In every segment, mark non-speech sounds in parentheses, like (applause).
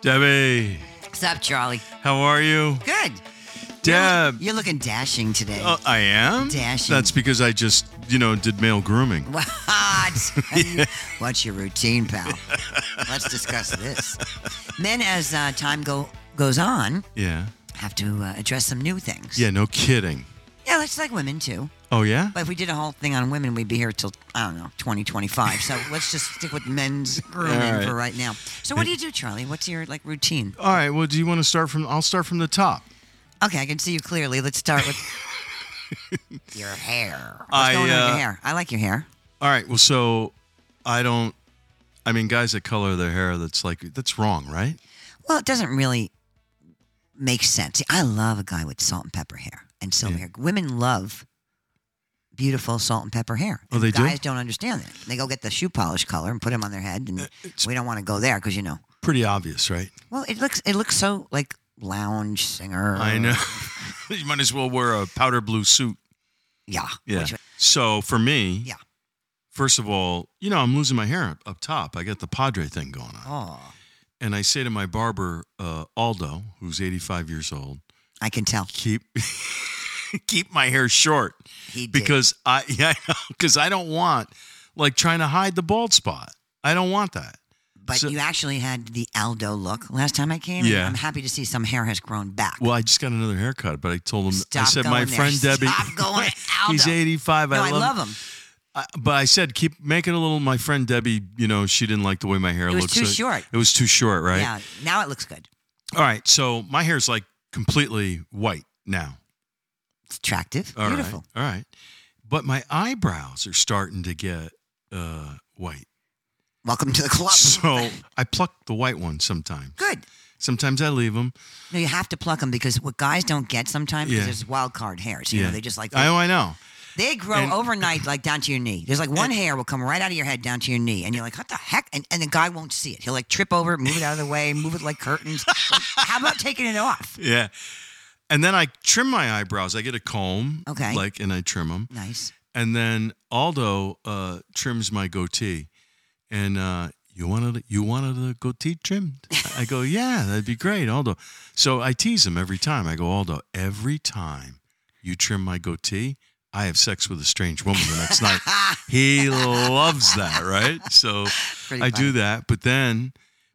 Debbie, What's up, Charlie? how are you? Good. Deb. You're looking dashing today. Oh, I am? Dashing. That's because I just, you know, did male grooming. (laughs) (laughs) What? What's your routine, pal? Let's discuss this. Men, as uh, time go goes on, Yeah. have to uh, address some new things. Yeah, no kidding. Yeah, that's like women too. Oh, yeah? But if we did a whole thing on women, we'd be here till I don't know, (laughs) 2025. So let's just stick with men's grooming All right. for right now. So what do you do, Charlie? What's your like routine? All right. Well, do you want to start from? I'll start from the top. Okay, I can see you clearly. Let's start (laughs) with your hair. What's I, going on with uh, your hair? I like your hair. All right. Well, so I don't. I mean, guys that color their hair, that's like that's wrong, right? Well, it doesn't really make sense. See, I love a guy with salt and pepper hair and silver hair. Women love beautiful salt and pepper hair. Oh, And they do? guys not understand that. They go get the shoe polish color and put them on their head, Uh, and we don't want to go there because you know. Pretty obvious, right? Well, it looks it looks so like lounge singer. I know. (laughs) you might as well wear a powder blue suit. Yeah. Yeah. Which- So for me, Yeah. First of all, you know I'm losing my hair up, up top. I got the Padre thing going on, oh, and I say to my barber uh, Aldo, who's 85 years old, I can tell keep (laughs) keep my hair short he did. because I (laughs) yeah because I don't want like trying to hide the bald spot. I don't want that. but so- you actually had the Aldo look last time I came. and Yeah. I'm happy to see some hair has grown back. Well, I just got another haircut, but I told him I Stop said going my there. friend Stop Debbie. (laughs) going, He's Aldo. 85. no, I, love, him. I- but I said keep make it a little. My friend Debbie, you know, she didn't like the way my hair It was looked. too short. It was too short, right? Yeah. Now it looks good. All right. So my hair's like completely white now. It's attractive. All right, Beautiful. All right. But my eyebrows are starting to get uh, white. Welcome to the (laughs) club. So I pluck the white one sometimes. (laughs) Good. Sometimes I leave them. No, you have to pluck them because what guys don't get sometimes Yeah. is there's wild card hairs. You know, they just like I, oh, I know. they grow and- (laughs) overnight, like down to your knee. There's like one hair will come right out of your head down to your knee, and you're like, what the heck? And, and the guy won't see it. He'll like trip over, it, move it out of the way, move it like curtains. (laughs) Like, how about taking it off? Yeah. And then I trim my eyebrows. I get a comb. Okay. Like, and I trim them. Nice. And then Aldo uh, trims my goatee, and uh, you wanted you wanted a goatee trimmed. I go, yeah, that'd be great, Aldo. So I tease him every time. I go, Aldo, every time you trim my goatee, I have sex with a strange woman the next (laughs) night. He loves that, right? So Pretty I funny. do that. But then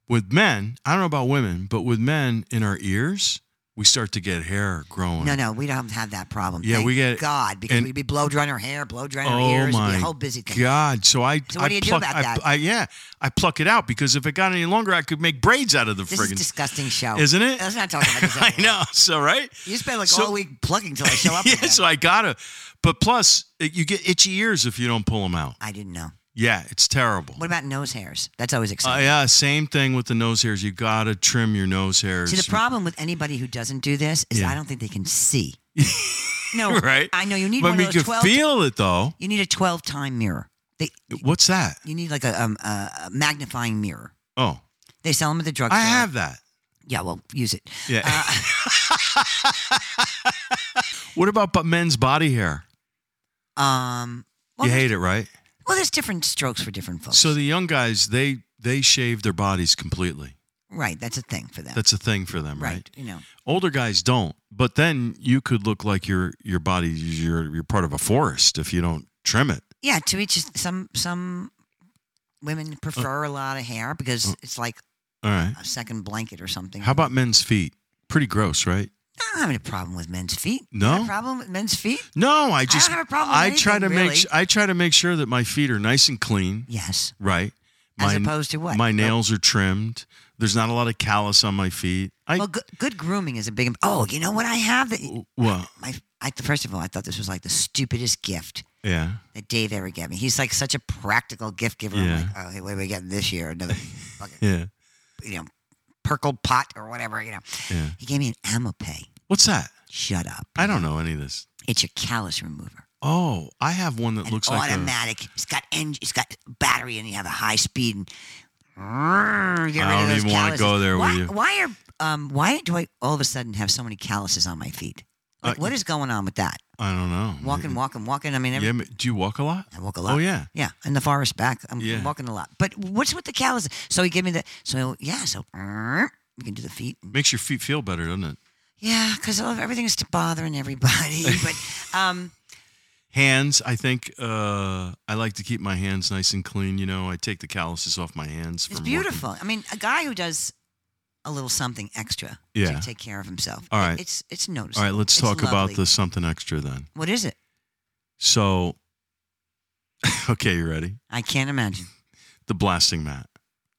with men, I don't know about women, but with men in our ears, we start to get hair growing. No, no, we don't have that problem. Yeah, Thank we get- God because and- we'd be blow drying our hair, blow drying Oh our ears, it'd my be a whole busy thing. God! So I, So what I do you do pluck, about I, that? I, yeah, I pluck it out because if it got any longer, I could make braids out of the This is a friggin' disgusting show, isn't it? Let's not talk about this. (laughs) I know. So right? You spend like So- all week plugging till (laughs) I show up. yeah. again. So I gotta, but plus it, you get itchy ears if you don't pull them out. I didn't know. Yeah, it's terrible. What about nose hairs? That's always Uh, exciting. yeah, same thing with the nose hairs. You gotta trim your nose hairs. See, the problem with anybody who doesn't do this is Yeah. I don't think they can see. (laughs) no, Right. I know you need but one we of can those twelve. feel it though. you need a twelve-time mirror. They, What's that? you need like a, um, a a magnifying mirror. Oh, They sell them at the drugstore. I have that. Yeah, well, use it. Yeah. Uh, (laughs) (laughs) what about but men's body hair? Um, well, You there's, hate it, right? well, there's different strokes for different folks. So the young guys, they they shave their bodies completely. right, that's a thing for them. That's a thing for them, right? right. You know. Older guys don't. But then you could look like your your body you're you're part of a forest if you don't trim it. Yeah, to each his- some some women prefer Oh. a lot of hair because it's like All right. a second blanket or something. How about men's feet? Pretty gross, right? I don't have a problem with men's feet. No? You have a problem with men's feet? No, I just have a problem with I try to anything, make really. s- I try to make sure that my feet are nice and clean, Yes. right? As My- opposed to what? My nails are trimmed. There's not a lot of callus on my feet. I Well, good, good grooming is a big. Oh, you know what I have that well, my. I, first of all, I thought this was like the stupidest gift yeah. that Dave ever gave me. He's like such a practical gift giver. Yeah. I'm like, oh, hey, what are we getting this year? Another, fucking, Yeah. you know, perkle pot or whatever. You know, Yeah. he gave me an Amopay. What's that? Shut up. I don't know any of this. It's your callus remover. Oh, I have one that An looks like a, automatic. it's got en- It's got battery, and you have a high speed. And get I rid of don't those even wanna calluses. go there with why, you. Why are um? Why do I all of a sudden have so many calluses on my feet? Like, Uh, what is going on with that? I don't know. Walking, walking, walking. I mean, every, Yeah, ma- do you walk a lot? I walk a lot. Oh yeah. Yeah, in the forest back, I'm Yeah. walking a lot. But what's with the calluses? So he gave me the. So yeah, so we can do the feet. and- Makes your feet feel better, doesn't it? Yeah, because everything is bothering everybody. (laughs) But um, Hands, I think uh, I like to keep my hands nice and clean. You know, I take the calluses off my hands. it's from working. beautiful. I mean, a guy who does a little something extra Yeah. to take care of himself. All it- right. it's it's noticeable. All right, let's It's talk about lovely. the something extra then. What is it? So, (laughs) okay, you ready? I can't imagine. The blasting mat.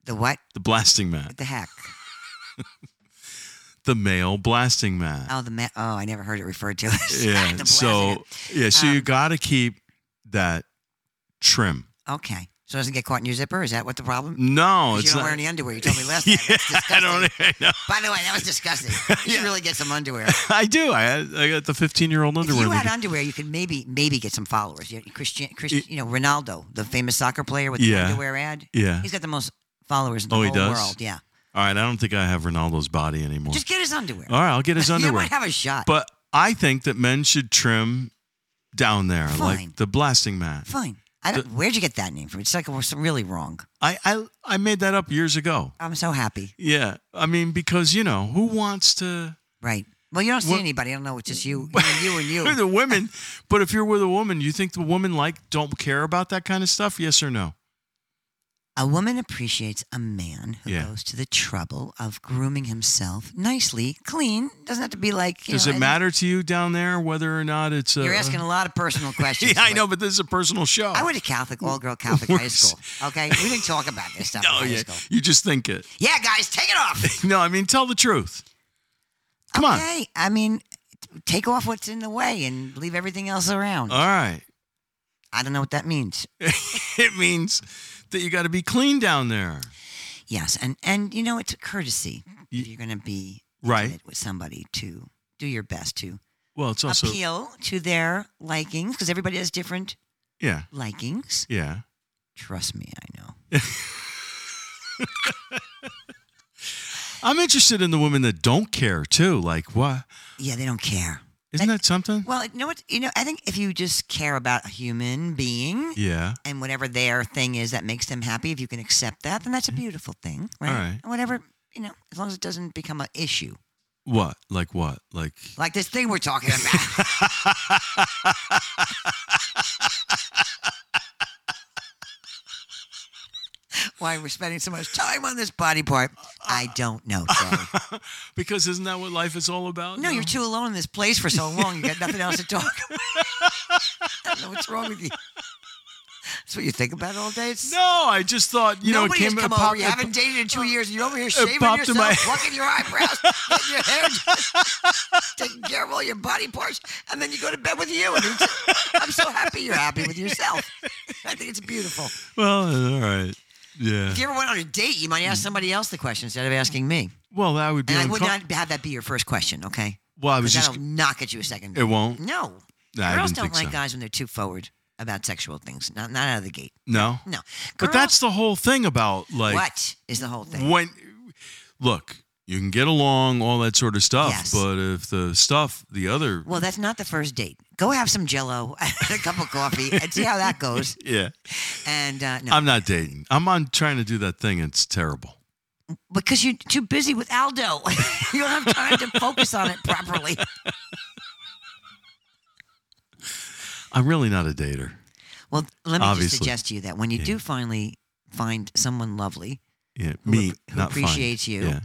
The what? The blasting What mat. the heck? The male blasting mat. Oh, the ma- oh, I never heard it referred to. (laughs) as yeah. Oh, the so, blasting. yeah. So you Um, got to keep that trim. okay, so it doesn't get caught in your zipper. Is that what the problem? No, 'Cause it's you don't not. wear any underwear. You told me (laughs) last yeah, night. That's I disgusting. don't. e-, I, know. By the way, that was (laughs) disgusting. You should really get some underwear. I do. I had- I got the 15 year old (laughs) underwear. If you that- had underwear, you could maybe maybe get some followers. You, Christian, Christian, you know Ronaldo, the famous soccer player with Yeah. the underwear ad. yeah. He's got the most followers in the Oh, he whole does? world. Yeah, All right. I don't think I have Ronaldo's body anymore. just get his underwear. All right. I'll get his (laughs) You underwear. might have a shot. But I think that men should trim down there, Fine. like the blasting mat. Fine. I don't, where'd you get that name from? It's like it's really wrong. I, I I made that up years ago. I'm so happy. Yeah, I mean because you know who wants to Right. Well, you don't see Well- anybody. I don't know. It's just (laughs) you, you and you, and you. the women, but if you're with a woman, you think the woman like don't care about that kind of stuff? Yes or no? A woman appreciates a man who Yeah. goes to the trouble of grooming himself nicely, clean. Doesn't have to be like. You Does know, it and- matter to you down there whether or not it's a? You're asking a lot of personal questions. (laughs) Yeah, I know, but this is a personal show. I went to Catholic, all girl Catholic high school. Okay, we didn't talk about this stuff (laughs) No, in high Oh, yeah, school. you just think it. Yeah, guys, take it off. No, I mean tell the truth. (laughs) Come on. okay, I mean, take off what's in the way and leave everything else around. All right, (laughs) I don't know what that means. it means that you got to be clean down there. Yes, and and you know, it's a courtesy Ye- if you're going to be Right. intimate with somebody to do your best to Well, it's also appeal to their likings because everybody has different yeah, likings. yeah. Trust me, I know. I'm interested in the women that don't care too. Like what? Yeah, they don't care. Isn't that something? Well, you know what? You know, I think if you just care about a human being, Yeah. and whatever their thing is that makes them happy, if you can accept that, then that's a beautiful thing, right? Mm-hmm. All right. And whatever, you know, as long as it doesn't become an issue. What? Like what? Like Like this thing we're talking about. Why we're spending so much time on this body part, I don't know, Jerry. because isn't that what life is all about? No, you're too alone in this place for so long. You got nothing else to talk about. (laughs) I don't know what's wrong with you. That's what you think about all day. It's, No, I just thought you Nobody know it has came come it popped- over. You it- haven't dated in two years. You're over here shaving popped yourself, in my- plucking your eyebrows, getting your hair, (laughs) taking care of all your body parts, and then you go to bed with you. And it's, I'm so happy you're happy with yourself. I think it's beautiful. (laughs) Well, all right. Yeah. If you ever went on a date, you might ask somebody else the question instead of asking me. Well, that would be. And I would uncom- not have that be your first question, okay? well, I was Because just. that'll knock at you a second. It won't. no. Nah, I Girls didn't don't think like so. guys when they're too forward about sexual things. Not, not out of the gate. No. No. But Girls- that's the whole thing about like what is the whole thing. when. Look, you can get along, all that sort of stuff, Yes. but if the stuff, the other, Well, that's not the first date. Go have some Jello (laughs) and a cup of coffee and see how that goes. yeah, And uh, no, I'm not dating. I'm on trying to do that thing. It's terrible. because you're too busy with Aldo, (laughs) you don't have time to focus on it properly. I'm really not a dater. Well, let me Obviously. just suggest to you that when you do finally find someone lovely, Yeah, who me, ap- who not fine. appreciates you, Yeah,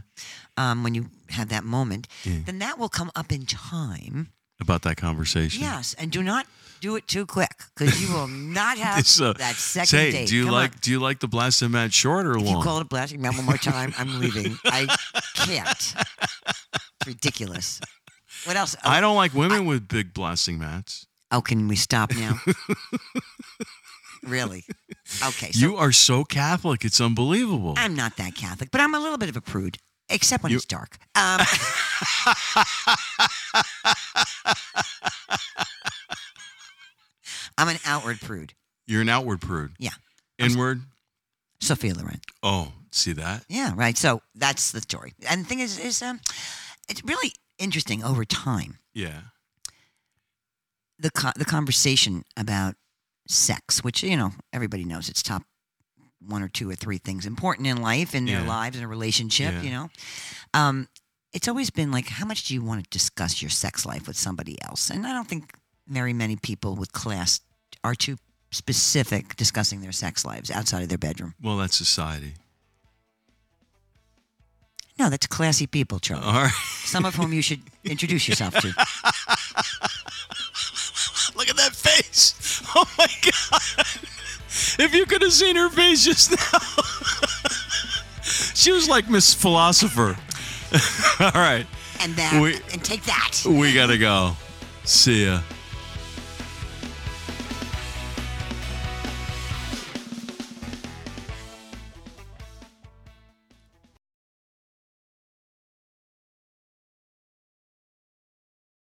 um, when you have that moment, Yeah. then that will come up in time. about that conversation. Yes, and do not do it too quick because you (laughs) will not have It's, uh, that second say, date. do you Come on. like do you like the blasting mat short or If long? you call it a blasting man one more time, (laughs) I'm leaving. I can't. It's ridiculous. What else? Oh, I don't like women with big blasting mats. oh, can we stop (laughs) now? really? Okay. So you are so Catholic, it's (laughs) unbelievable. I'm not that Catholic, but I'm a little bit of a prude, except when You- it's dark. Um, (laughs) I'm an outward prude. You're an outward prude. Yeah. Inward? Sophia Loren. Oh, see that? Yeah, right. So that's the story. And the thing is, is um, it's really interesting over time. Yeah. the co- the conversation about sex, which you know everybody knows it's top one or two or three things important in life, in their Yeah. lives, in a relationship, Yeah. you know. Um, it's always been like, how much do you want to discuss your sex life with somebody else? And I don't think very many people with class are too specific discussing their sex lives outside of their bedroom. Well, that's society. No, that's classy people, Charlie. All right. (laughs) Some of whom you should introduce yourself to. Look at that face. Oh my God. If you could have seen her face just now, (laughs) she was like Miss Philosopher. (laughs) All right. And that, We- and take that. We got to go. See ya.